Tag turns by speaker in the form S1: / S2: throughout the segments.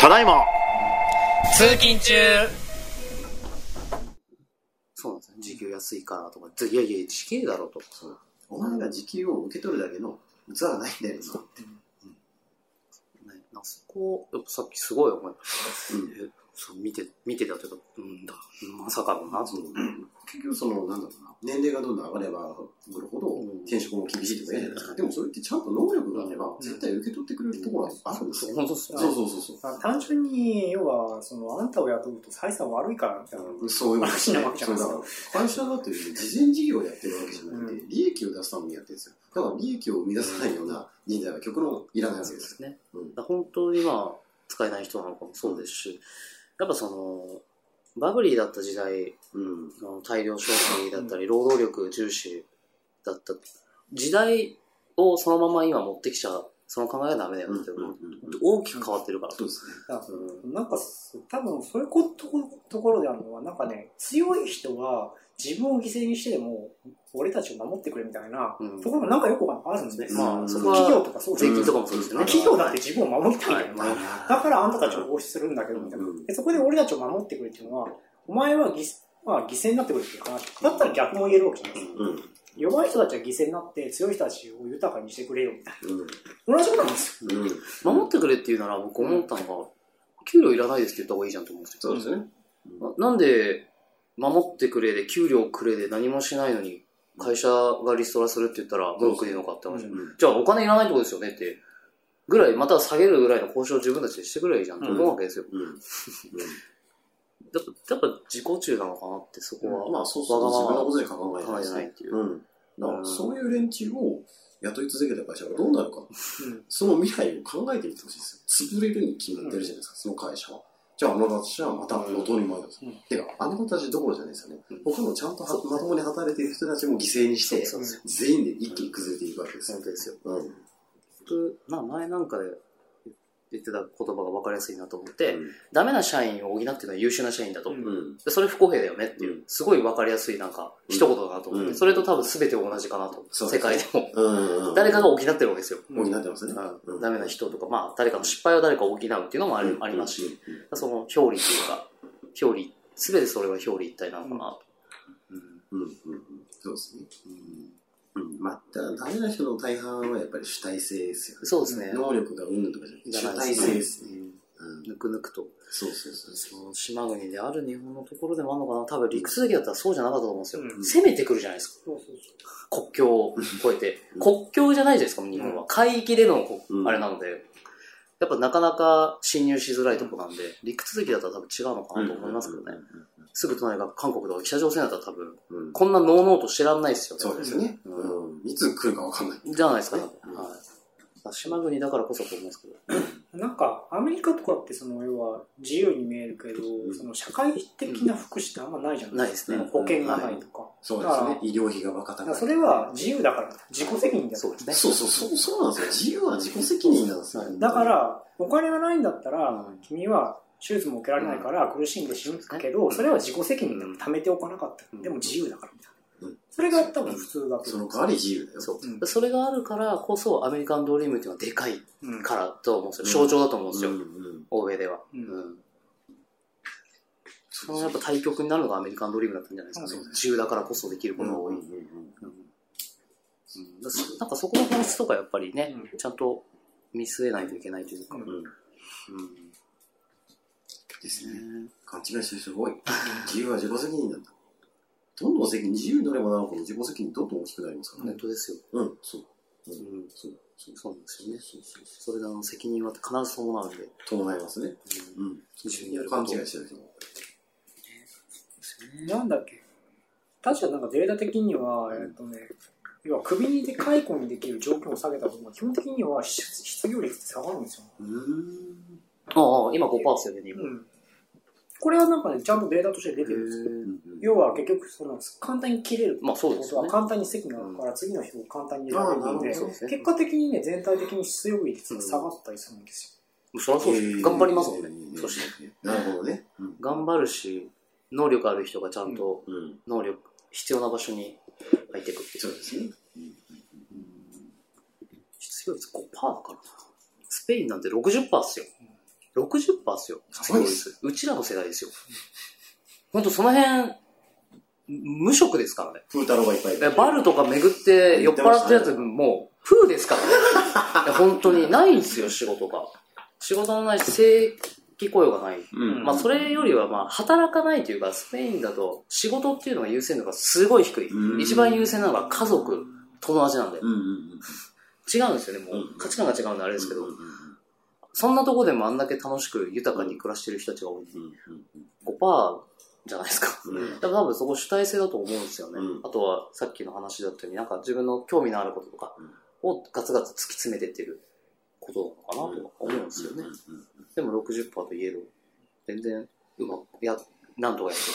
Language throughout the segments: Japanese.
S1: ただいま
S2: 通勤中
S3: そうなんですよ。時給安いからとか、いやいや、時給だろうと。そう
S4: お前が時給を受け取るだけの器がないんだよなって。
S3: ね、なんかそこを、さっきすごい思いました。
S4: うん
S3: えそう見て、見てたというか、うんだ、まさかのな、その、
S4: 結局その、なんだろうな、年齢がどんどん上がれば上がるほど
S3: うん
S4: 転職も厳しいとか言うじゃないですか。でもそれってちゃんと能力があれば、絶対受け取ってくれるところはあるんです
S3: そ
S4: よ。
S3: う本当っすよね
S4: そうそうそうそう。
S5: まあ単純に、要は、その、あんたを雇うと採算悪いからみたいな。
S4: そういうこと
S5: 話なわけじゃないですか
S4: そうだから会社だって事前事業をやってるわけじゃなくて、
S5: う
S4: 利益を出すためにやってるんですよ。だから利益を生み出さないような人材は極論いらないわけ
S3: そう
S4: で
S3: です
S4: よ。
S3: すね。
S4: うん
S3: だから本当にまあ、使えない人なのかもそうですし、やっぱその、バブリーだった時代、
S4: うん。
S3: あの大量消費だったり、労働力重視だった時代をそのまま今持ってきちゃう、その考えがダメだよって、
S4: うんうん
S3: 大きく変わってるから。
S4: そうですね。
S5: なんか、多分、そういうことところであるのは、なんかね、強い人は、自分を犠牲にしてでも、俺たちを守ってくれみたいな、
S3: うん
S5: ところがなんかよくあるんですね。
S3: まあ、そこは
S5: 企業とかそうです
S3: 税
S5: よね
S3: 金とかもそうですよね。
S5: 企業だって自分を守りたいんだ
S3: は
S5: よ
S3: い、まあ
S5: だからあんたたちを防止するんだけど、みたいな
S4: うん。
S5: でそこで俺たちを守ってくれっていうのは、お前は犠,、まあ、犠牲になってくれっていう話。だったら逆も言えるわけじゃないですか。
S4: うん。
S5: 弱い人たちは犠牲になって、強い人たちを豊かにしてくれよ、みたい
S4: うん。
S5: な。同じことなんですよ。
S4: うん。
S3: 守ってくれっていうなら僕思ったのが、給料いらないですって言った方がいいじゃんと思うんです
S4: そう
S3: よ。
S4: ですね。
S3: ななんで、守ってくれで、給料くれで何もしないのに、会社がリストラするって言ったら文句言うのかって話。
S5: うん
S4: うん
S3: じゃあお金いらないってことですよねって。ぐらい、または下げるぐらいの交渉を自分たちでしてくればいいじゃんって思うわけですよ。
S4: うん。
S3: だっやっぱ自己中なのかなって、そこは。
S4: まあ、そうそう、自分のことで考え
S3: 考
S4: な
S3: え
S4: い
S3: て
S4: です
S3: ない
S4: ね。
S3: っていう。
S4: うん。だから、そういう連中を雇い続けた会社がどうなるか。
S5: うん。
S4: その未来を考えてみてほしいですよ。潰れるに決まってるじゃないですか、その会社は。じゃあ、あの方たちはまた路頭に迷うんです。
S5: うん
S4: てか、あの方たちどころじゃないですよね
S3: うん。
S4: 他のちゃんとはまともに働いている人たちも犠牲にして、
S3: そうですよ。
S4: 全員で一気に崩れていくわけですよ。
S3: 本当ですよ。
S4: うん。
S3: 僕、まあ前なんかで言ってた言葉が分かりやすいなと思って、ダメな社員を補っていうのは優秀な社員だと。
S5: うん
S4: うん。
S3: でそれ不公平だよねっていう、
S4: うん
S3: すごい分かりやすいなんか、
S4: うん
S3: 一言だなと思って、
S4: うん
S3: それと多分全て同じかなと、
S4: そう
S3: 世界でも。
S4: うん。うん。
S3: 誰かが補ってるわけですよ。
S4: もうになってますね。
S3: う
S4: うんん
S3: ダメな人とか、まあ誰かの失敗を誰か補うっていうのもあり,、
S4: うん
S3: ありますし、。
S4: うん
S3: その表裏というか、表裏、全てそれは表裏一体なのかなと。
S4: うんうんうん、そうですね。うん。うん、まあ、ただ、ダメな人の大半はやっぱり主体性ですよね。
S3: そうですね。
S4: 能力がうんぬんとかじ
S3: い
S4: ゃ
S3: ら
S4: な
S3: な
S4: く
S3: い
S4: て、主体性ですね。
S3: うん
S4: うん。
S3: ぬくぬくと。
S4: そうそうそう
S3: その島国である日本のところでもあるのかな多分理屈だけだったらそうじゃなかったと思うんですよ。
S5: うん
S3: 攻めてくるじゃないですか。
S5: そうそう
S3: 国境を越えて、
S4: うん
S3: 国境じゃないじゃないですか、日本は。海域でのこ、
S4: うん
S3: あれなので、やっぱなかなか侵入しづらいとこなんで、陸続きだったら多分違うのかなと思いますけどね。。すぐ隣が韓国とか北朝鮮だったら多分、
S4: うんうんうん。
S3: こんなノーノーと知らんないですよね。
S4: そうですね。
S3: う
S4: うん。いつ来るかわかんない。
S3: じゃないですか、多
S4: う
S3: 分。
S4: ん
S3: はい。まあ島国だからこそと思いますけど。
S5: そう。なんか、アメリカとかって、その、要は、自由に見えるけど、
S4: ん
S5: その、社会的な福祉ってあんまないじゃな
S3: ない
S5: い
S3: で
S5: です
S3: す
S5: か。
S3: ね。
S5: 保険がないとか。
S4: そうですね。医療費が若か
S5: だか
S4: っ
S5: ら
S4: た。
S5: それは、自由だから、自己責任だよ
S3: そうですね。
S4: そうそう、そう、そうなんですよ。自由は自己責任なんですよ。。
S5: だから、お金がないんだったら
S3: うん、
S5: 君は手術も受けられないから苦しんで死ぬけど、それは自己責任でも貯めておかなかった。
S3: うん
S5: でも自由だからみたいうなんそれが多分普通だと
S4: そ
S5: 思
S4: の代わり自由だよ。
S3: そう
S5: うん
S3: それがあるからこそ、アメリカンドリームっていうのはでかい
S5: うん。
S3: からと思うんですよ。象徴だと思うんですよ。
S4: うんうん。
S3: 欧米では。
S5: うん
S3: うんそのやっぱ対局になるのがアメリカンドリームだったんじゃないですかね。自由だからこそできることが多い。
S4: う
S3: うん
S4: うんうんうん
S3: んだしなんかそこの本質とかやっぱりね、
S5: う
S3: ちゃんと見据えないといけないというか。
S5: うん
S4: うん。
S3: う
S4: ですね。
S3: ん
S4: 勘違いしてる人が多い。自由は自己責任なんだ。どんどん責任、自由になればなるほど自己責任どんどん大きくなりますから
S3: 本
S4: ね。
S3: 当ですよ。
S4: うん、そう。
S3: うん
S4: そう、そう、
S3: そうなんですよね。それらの責任は必ず伴うんで。
S4: 伴いますね。
S3: うん
S4: うん。
S3: 自由にやること
S4: 勘違いしてる人も
S5: なんだっけ確かなんかデータ的には、えっとね、要は首にで解雇にできる条件を下げた方が、基本的には失失業率って下がるんですよ。
S4: 多い。うん。
S3: ああ、今5%ですよね、今。
S5: うん。これはなんかね、ちゃんとデータとして出てるんですよ。要は結局、その、簡単に切れる
S3: まあそうです
S5: こと
S3: よ
S5: は
S3: ね。
S5: 簡単に席があるから次の日を簡単に選べる
S4: ああなる
S5: の
S4: ほ
S5: で、
S4: ど
S3: そうですね
S5: 結果的にね、全体的に失業率が下がったりするんです
S3: そりゃそうですよ。頑張りますもんね。そして。
S4: て。なるほどね。うん。
S3: 頑張るし、能力ある人がちゃんと
S4: うん。
S3: 能力、必要な場所に入っていくっていう
S4: そうですね。
S3: 失業率5%だからな。スペインなんて60%っすよ。 60%っすよ。
S4: すごいっす
S3: うちらの世代ですよ。ほんとその辺、無職ですからね。
S4: 風太郎がいっぱいい
S3: えバルとか巡って酔っ払ってるやつ、もう、プーですからね。いや本当にないんですよ、仕事が。仕事のないし、正規雇用がない。
S4: うん。
S3: まあ、それよりは、まあ、働かないというか、スペインだと、仕事っていうのが優先度がすごい低い
S4: うん。
S3: 一番優先なのが家族、友達なんで。
S4: うんうんうん。
S3: 違うんですよね、も
S4: う。
S3: うん価値観が違うんであれですけど
S4: うん。
S3: そんなとこでもあんだけ楽しく豊かに暮らしてる人たちが多い。
S4: うん
S3: 5%じゃないですか。
S4: うんうん。
S3: でも多分そこ主体性だと思うんですよね。
S4: うん
S3: あとはさっきの話だったように、なんか自分の興味のあることとかをガツガツ突き詰めてってることなのかなとは思うんですよね。でも60%といえど、全然うまく、いや、なんとかやって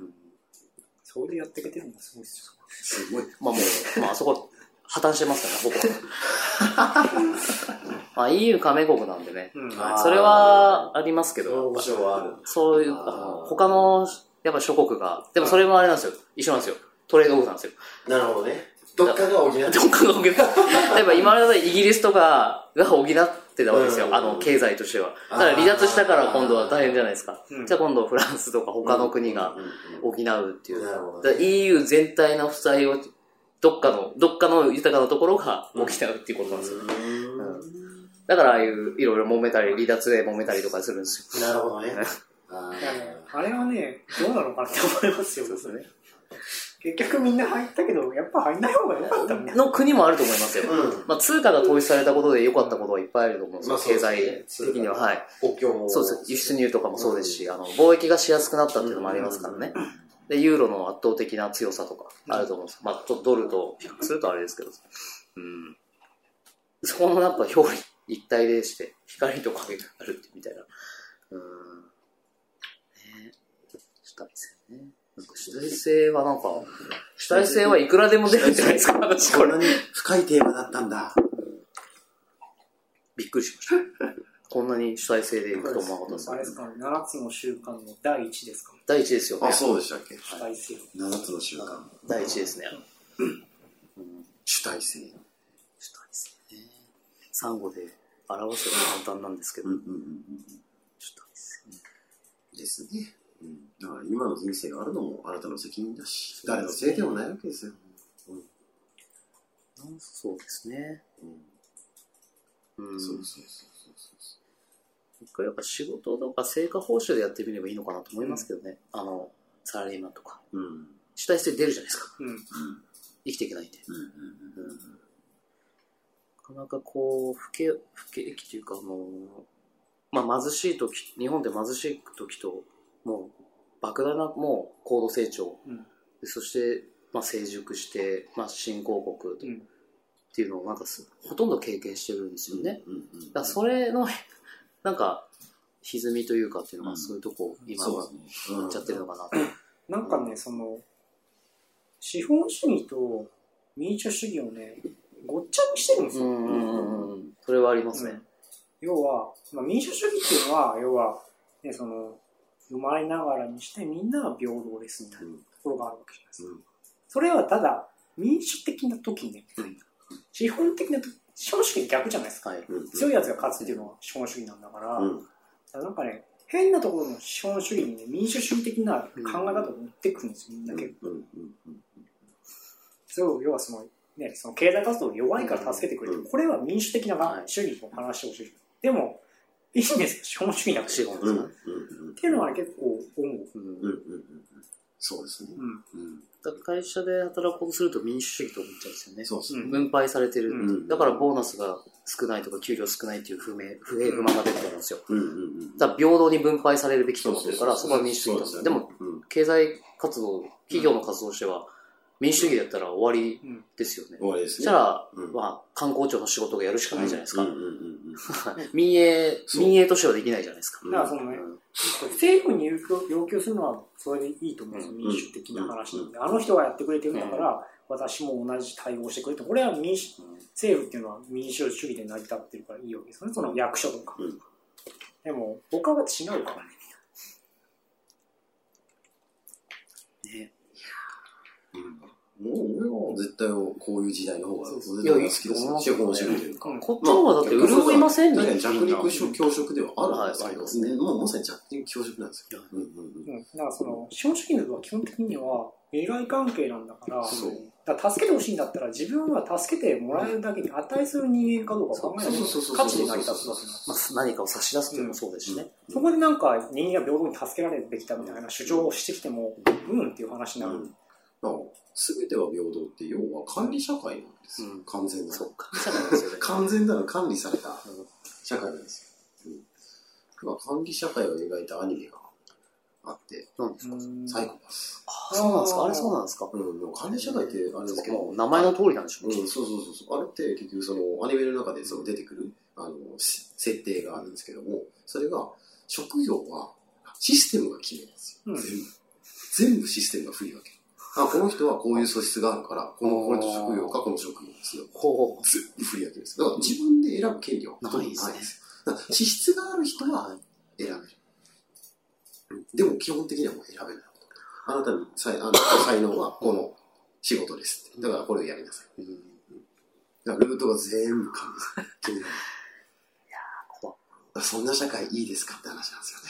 S3: るっていう。うん
S5: それでやっていけてるのがすごいっすよ。
S4: すごい。
S3: まあもう、まああそこ破綻してますよね、 ほぼ。まあ EU 加盟国なんでね。
S5: うん
S3: はいそれはありますけ
S4: その
S3: ど
S4: 場、所はある。
S3: そういう、
S4: あー
S3: 他の、やっぱ諸国が、でもそれもあれなんですよ。一緒なんですよ。トレードオフなんですよ。
S4: なるほどね。 どっかが補って
S3: どっかが補う。例えば今ま でだとイギリスとかが補ってたわけです
S4: う
S3: よ。
S4: ん
S3: あの、経済としては。ただ離脱したから今度は大変じゃないですか
S5: う。ん
S3: じゃあ今度フランスとか他の国が補うっていう。
S4: なるほど
S3: だから EU 全体の負債を、どっかの、どっかの豊かなところが補うっていうことなんですよ。だからああいう、いろいろ揉めたり、離脱で揉めたりとかするんですよ。
S4: なるほどね。あ
S5: いやねあれはね、どうなのかなって思いますよ。
S3: すね。
S5: 結局みんな入ったけど、やっぱ入んない方が良かったみたいな。
S3: の国もあると思いますよ。
S4: うん。
S3: まあ通貨が統一されたことで良かったことはいっぱいあると思うんですよ。
S4: まあそう
S3: 経
S4: ですね
S3: 済的には。はい。
S4: 国境も。
S3: そうです。輸出入とかもそうですし、あの、貿易がしやすくなったっていうのもありますからね。で、ユーロの圧倒的な強さとかあると思うんです。まあ、ちょっとドルと比較するとあれですけど。うん。そこのやっぱ表裏一体でして、光と影があるってみたいな。うん。ね主体性ね。なんか主体性はなんか、主体性はいくらでも出るんじゃないですか、私こ
S4: こん
S3: れ
S4: な。に深いテーマだったんだ。
S3: びっくりしました。こんなに主体性でいくと思わなかった
S5: あれ
S3: で。
S5: ですすから、7つの習慣の第一ですか
S3: 第一ですよね。
S4: そうでしたっけ
S5: 主体性。
S4: ?7 つの習慣。
S3: 第一ですね。
S4: 主体性。
S3: したいですね。産後で表すのは簡単なんですけど、
S4: うんうんうんうん。
S3: ちょっとですね
S4: ですね。うん。だから今の人生があるのもあなたの責任だし、誰のせいでもないわけですよ。
S3: そうですね。
S4: うん。
S3: うん。
S4: そうそうそうそうそ
S3: 一回やっぱ仕事とか成果報酬でやってみればいいのかなと思いますけどね。あの、サラリーマンとか。
S4: う。うん。うん
S3: 主体性出るじゃないですか。
S5: うん。
S3: 生きていけないんで。
S4: うんうんうん。
S3: なかなかこう、不景、不景気というか、あの、まあ貧しい時、日本で貧しい時と、もう、莫大なもう高度成長、
S5: うん
S3: でそして、まあ、成熟して、まあ、新興国と
S5: うん
S3: っていうのをなんかすほとんど経験してるんですよね。
S4: うんうんうん。
S3: だからそれの、 なんか、歪みというかっていうのが、
S4: うん
S3: そういうとこ、今
S4: そ
S3: は
S4: うですね。
S3: なっちゃってるのかなと。
S5: なんかね、その、資本主義と民主主義をね、ごっちゃにしてるんですよ。
S3: うんうんうんうん。それはありますね。
S5: 要は、まあ、民主主義っていうのは、要は、ね、その、生まれながらにしてみんなが平等ですみたいなところがあるわけじゃないですか。
S4: うん
S5: それはただ、民主的な時ね、
S4: うん
S5: 資本的な時、資本主義逆じゃないですか。
S3: はい。
S4: うんうん
S5: 強いやつが勝つっていうのは資本主義なんだから、
S4: う
S5: だ
S4: ん。
S5: からなんかね、変なところの資本主義にね、民主主義的な考え方を持ってくるんですよ、みんな結構。
S4: うんうんうん。
S5: それを要はその、ね、その経済活動弱いから助けてくれる、
S4: うん
S5: これは民主的なが
S3: はい
S5: 主義の話をしてる。でも、いいんですよ、資本主義なく
S3: 資
S5: て。
S3: 本
S5: っ
S3: ですね。
S5: ていうのはね結構思う。
S3: うん
S4: うんうんうん。そうですね。
S5: うん。
S4: うん。
S3: だから会社で働くことすると民主主義と思っちゃうんですよね。
S4: そうですね。
S3: 分配されてる、
S4: うん
S3: だからボーナスが少ないとか給料少ないっていう不明不平不満が出てくるんですよ、
S4: うんうんうん。
S3: だから平等に分配されるべきと思ってるからそこは民主主義なんですよでも、
S4: うん
S3: 経済活動企業の活動としては民主主義だったら終わり
S5: うん。
S3: ですよね、
S4: 終わりで
S3: そ
S4: すね。
S3: したら、
S4: うん
S3: まあ、観光庁の仕事がやるしかないじゃないですか、
S4: うんうんうん
S3: 民営
S4: そう
S3: 民営としてはできないじゃないですか、
S4: うん。
S5: だからそのね、政府に要求要求するのはそれでいいと思うんですよ、
S3: うん
S5: 民主的な話なんで。あの人がやってくれてるんだから、私も同じ対応してくれと。これは民主、
S3: うん
S5: 政府っていうのは民主主義で成り立ってるからいいわけですよね、その役所とか。
S4: うん
S5: でも、他は違うからね。
S3: ね
S4: うんもう俺は絶対こういう時代の方が、
S5: そうそ
S4: 俺の方が好きです
S3: いやいいと思い
S4: よ。
S3: ます
S4: し
S3: よ
S4: 面白いというか。
S3: こっちの方がだって潤いません
S4: 確
S3: ね
S4: か。に弱肉食強食ではあるんですけ
S3: はいあり
S4: ど、
S3: ますね
S4: もうまさに弱肉強食なんですよ。うんうんうん
S5: うん、なんかその資本主義の部は基本的には利害関係なんだから
S4: そう
S5: だから助けてほしいんだったら自分は助けてもらえるだけに値する人間かどうか考えないと
S4: そうそうそうそうそう
S5: 価値に成り立つわけなんです
S3: まあ、何かを差し出すというのもそうですしね。
S5: そこでなんか人間が平等に助けられるべきだみたいな主張をしてきてもうんっていう話になる、
S4: うんまあ、全ては平等って要は管理社会なんですよ、
S3: うん
S4: 完全な
S3: そうか。そうなんですよね。
S4: 完全なる管理された社会なんですよ、うんまあ、管理社会を描いたアニメがあって
S3: なんですか
S5: うん
S4: 最後です、
S3: あそうなんですかあれそうなんですか
S4: うん、でも管理社会ってあれですけ
S3: も
S4: ど
S3: う名前の通りなんでしょ
S4: う、
S3: うんね。
S4: そうそうそうそう。あれって結局そのアニメの中でその出てくるあのし設定があるんですけども、それが職業はシステムが決めるんですよ。
S5: うん
S4: 全部全部システムが不利わけ。あこの人はこういう素質があるから、このこれと職業かこの職業ですよ。
S3: ほう。
S4: 全部不利わけですよ。だから自分で選ぶ権利はほとんどないんですよ。だから資質がある人は選べる。うんでも基本的にはもう選べない。あなたの才あの才能はこの仕事ですって。だからこれをやりなさい。
S3: うん
S4: だからルートが全部完 璧。いや
S3: 怖
S4: そんな社会いいですかって話なんですよね。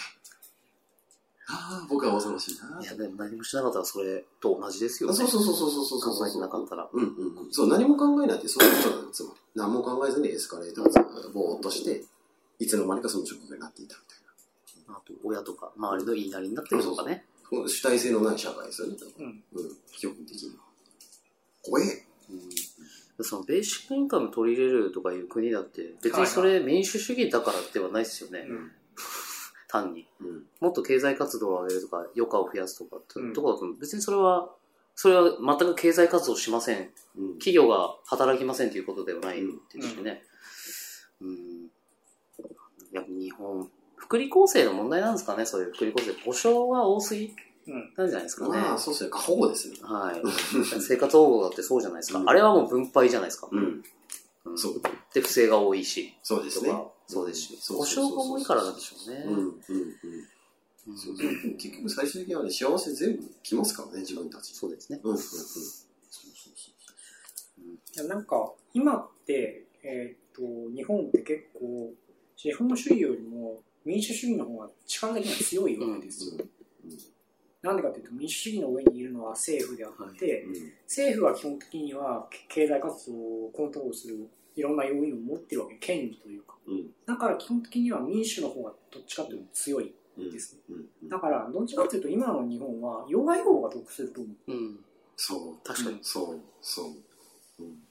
S4: ああ、僕は恐ろしいな。
S3: いや、でも何もしなかったらそれと同じですよ
S4: あ
S3: ね。
S4: そうそうそうそうそうそうそう
S3: 考えてなかったら。
S4: うんうんうん。そう、何も考えないってそういうことなの、つまり。何も考えずにエスカレーターをぼーっとして、いつの間にかその職業になっていたみたい
S3: あと、親とか、周りの言いなりになってるとかね。
S4: な。この主体性のない社会ですよね、
S5: うん
S4: うん。基本的には。怖え。
S3: うんそのベーシックインカム取り入れるとかいう国だって、別にそれ民主主義だからではないですよね。
S5: うん
S3: 単に。
S4: うん。
S3: もっと経済活動を上げるとか、余暇を増やすとかって、
S5: うん
S3: とかだと、別にそれは、それは全く経済活動しません。
S4: うん。
S3: 企業が働きませんということではないですしね。うん。やっぱ日本、福利厚生の問題なんですかね、そういう福利厚生。保障が多すぎ
S5: うん
S3: なんじゃないですかね。
S4: まあ、そうですね。過保護ですね。
S3: はい。生活保護だってそうじゃないですか。
S4: うん
S3: あれはもう分配じゃないですか。
S4: うん。
S3: うん
S4: そう。
S3: で、不正が多いし、
S4: そうで
S3: と
S4: すね。
S3: か、そうですし、
S4: そう
S3: 保
S4: そうそうそう
S3: 障が多いからなんでしょうね。
S4: うんうんうん。
S3: うん
S4: そうそうでも結局最終的にはね、幸せ全部来ますからね、自分たち。
S3: そうですね。
S4: うんうんうん。
S5: いやなんか今って、えー、と日本って結構資本主義よりも民主主義の方が力的には強いわけですよ、なんでかっていうと民主主義の上にいるのは政府であって、政府は基本的には経済活動をコントロールするいろんな要因を持ってるわけ権利というか
S4: うん
S5: だから基本的には民主の方がどっちかというと強い
S4: うんうん
S5: ですね
S4: うんうん
S5: だからどっちかというと今の日本は要害法が得すると思う
S3: うん。
S4: そう、
S3: 確かに。
S4: そう、そう。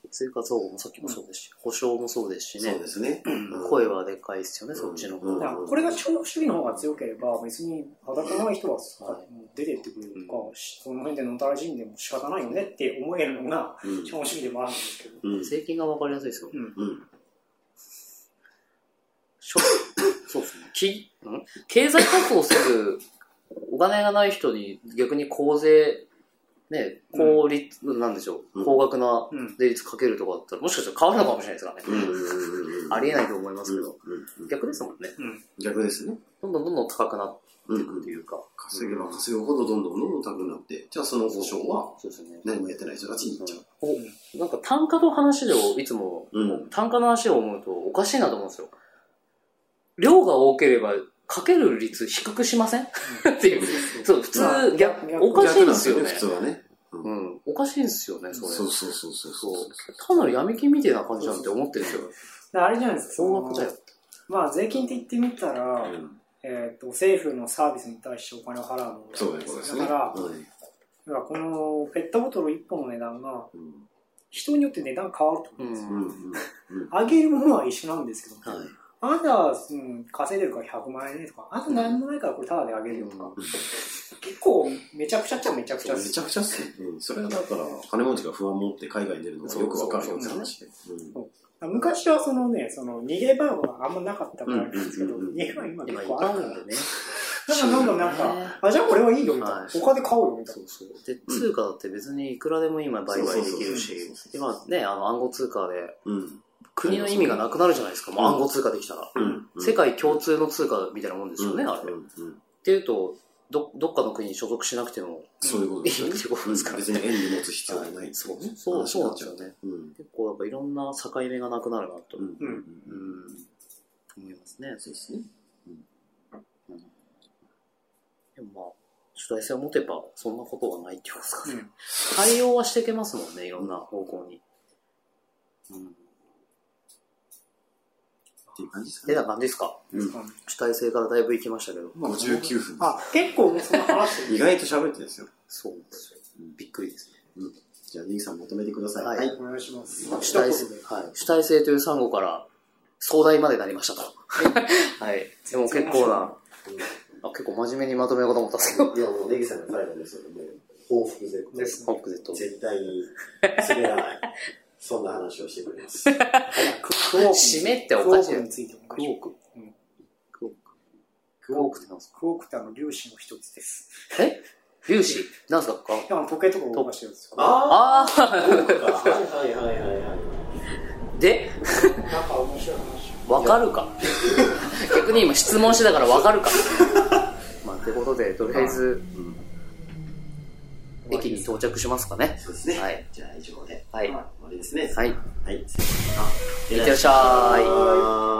S3: 生活保護もさっきもそうですし、保障もそうですし
S4: そう
S3: ね。
S4: ですね。
S3: 声はでかいですよね、
S4: うん
S3: そっちの方
S4: うん
S5: だからこれが資本主義の方が強ければ別に裸のない人は
S3: は
S5: 出てってくれるとか、その辺でのたらしんでも仕方ないよねって思えるのが
S4: うん。
S5: 資本主義でもあるんですけど、
S4: うん。
S3: 税金が分かりやすいですよ。
S5: うん
S4: うん。
S3: しょそうですね。き、ん経済活動するお金がない人に逆に公税、ね、効率、なんでしょ
S4: う
S3: う、
S4: ん
S3: 高額な
S5: うん
S3: 税率かけるとかだったら、もしかしたら変わるのかもしれないですからね。
S4: うん。
S3: ありえないと
S4: 思い
S3: 思いますけど。。逆ですもんね。
S4: 逆ですね。
S3: どんどんどんどん高くなって
S4: う
S3: いくと
S4: ん。
S3: いうか。
S4: 稼げば稼ぐほどどんどんどんどん高くなって、じゃあその保証は
S3: そうですね。
S4: 何もやってない人たちに行っちゃう。
S3: なんか単価の話でいつも、
S4: うん
S3: 単価の話を思うとおかしいなと思うんですよ。量が多ければかける率低くしません っていう。そう、普
S5: まあ
S3: 通、逆
S5: 逆
S3: おかしいんですよね。
S4: 普通はね。
S3: うん、おかしいんですよね、それ。
S4: そうそうそうそう。
S3: そう。単なる闇金みたいな感じなんて思ってるんですよ。
S5: だからあれじゃないですかそ
S3: 驚
S5: の
S3: 愕だよ。
S5: まあ税金って言ってみたら、
S4: うん。
S5: えー、と政府のサービスに対してお金を払うの
S4: そういうことですね。
S5: だから、要はこのペットボトル1本の値段が
S4: うん。
S5: 人によって値段変わるってこと
S3: う
S5: 思うんですよ、
S4: うん。
S3: ん。
S5: 上げるものは一緒なんですけど、
S3: はい。
S5: あなたは、うん、稼いでるから100万円ねとかあなた何もないからこれタダで上げるよとか、結構めちゃくちゃっちゃめちゃくちゃ
S4: めちゃくちゃっすよ、それはだから金持ちが不安持って海外に出るのがよくわかるよって話で、うん
S5: 昔はそのねその逃げ場があんまなかったからなんですけど、
S4: うんうんうん
S5: 逃げ場今
S3: 今、
S5: 結
S3: いっ
S5: 構
S3: ぱい
S5: あ
S3: あ
S5: る
S3: る
S5: か
S3: ん
S5: ら
S3: でね。
S5: だからなんかなんかあじゃあこれはいいよみたいな、
S3: はい
S5: 他で買おうよみたい
S3: そうそう。で、通貨だって別にいくらでも今売買できるし
S4: そうそうそう、
S3: 今ね、あの暗号通貨で、
S4: うん
S3: 国の意味がなくなるじゃないですか、もう暗号通貨できたら。
S4: うん
S3: 世界共通の通貨みたいなもんですよね、あれ。
S4: うんうん
S3: っていうと、ど、どっかの国に所属しなくても、
S4: そういうことですよね。
S3: いいってことですからね
S4: 別に縁に持つ必要がないって
S3: そ
S4: ことね。
S3: う、そう、
S4: 話
S3: そう
S4: に
S3: なん
S4: っ
S3: です
S4: ちゃ
S3: よね。
S4: うん。
S3: 結構やっぱいろんな境目がなくなるなと、
S4: うん。う。
S5: うん
S3: うんん、思いますね。
S4: そうですね。
S3: でもまあ、主体性を持てば、そんなことはないってことですかね。
S5: うん
S3: 対応はしていけますもんね、いろんな方向に。うん。
S4: っていう感じです
S3: て
S4: か
S3: な
S4: ね。
S3: 感じですか
S4: うん。
S3: 主体性からだいぶ行きましたけど。
S4: 59分。
S5: あ、結構もうその話 してる
S4: 意外と喋ってるんですよ。
S3: そうなんですよ。びっくりですね。
S4: じゃあ、ネギさんまとめてください。
S3: はい
S5: お願いします。
S3: 主
S5: 一
S3: 体
S5: 言
S3: 性
S5: で。、
S3: はい。主体性という産後から、壮大までなりましたと。 はい。でも結構な、あ結構真面目にまとめようかと思ったんですけど。
S1: いや、もう、ネギさんが最後ですよ。もう、報復絶対。
S3: ホック Z。
S1: 絶対に滑らない。そんな話をしてくれます。
S5: クォーク
S3: 締めっておかしい
S5: クォークについてお
S3: ク
S5: かし
S3: ォ
S5: い
S3: ーク
S5: うん。
S3: クォーク。クォークってなんですか
S5: クォークってあの粒子の一つです。
S3: え粒子なんですか
S5: いやあの時計とか動かしてるんですよ。
S1: あ
S3: あ
S1: あはいはいはいはい。
S3: ーで、
S5: なんか面白い話。
S3: わかるか逆に今質問してたからわかるかまあってことでとりあえず、駅に到着しますかね
S1: そうですね。
S3: はい。
S1: じゃあ、以上で。
S3: はい
S1: 終わりですね。
S3: はいいっ
S1: はい。失礼しました。い
S3: てらっしゃい
S1: ゃい。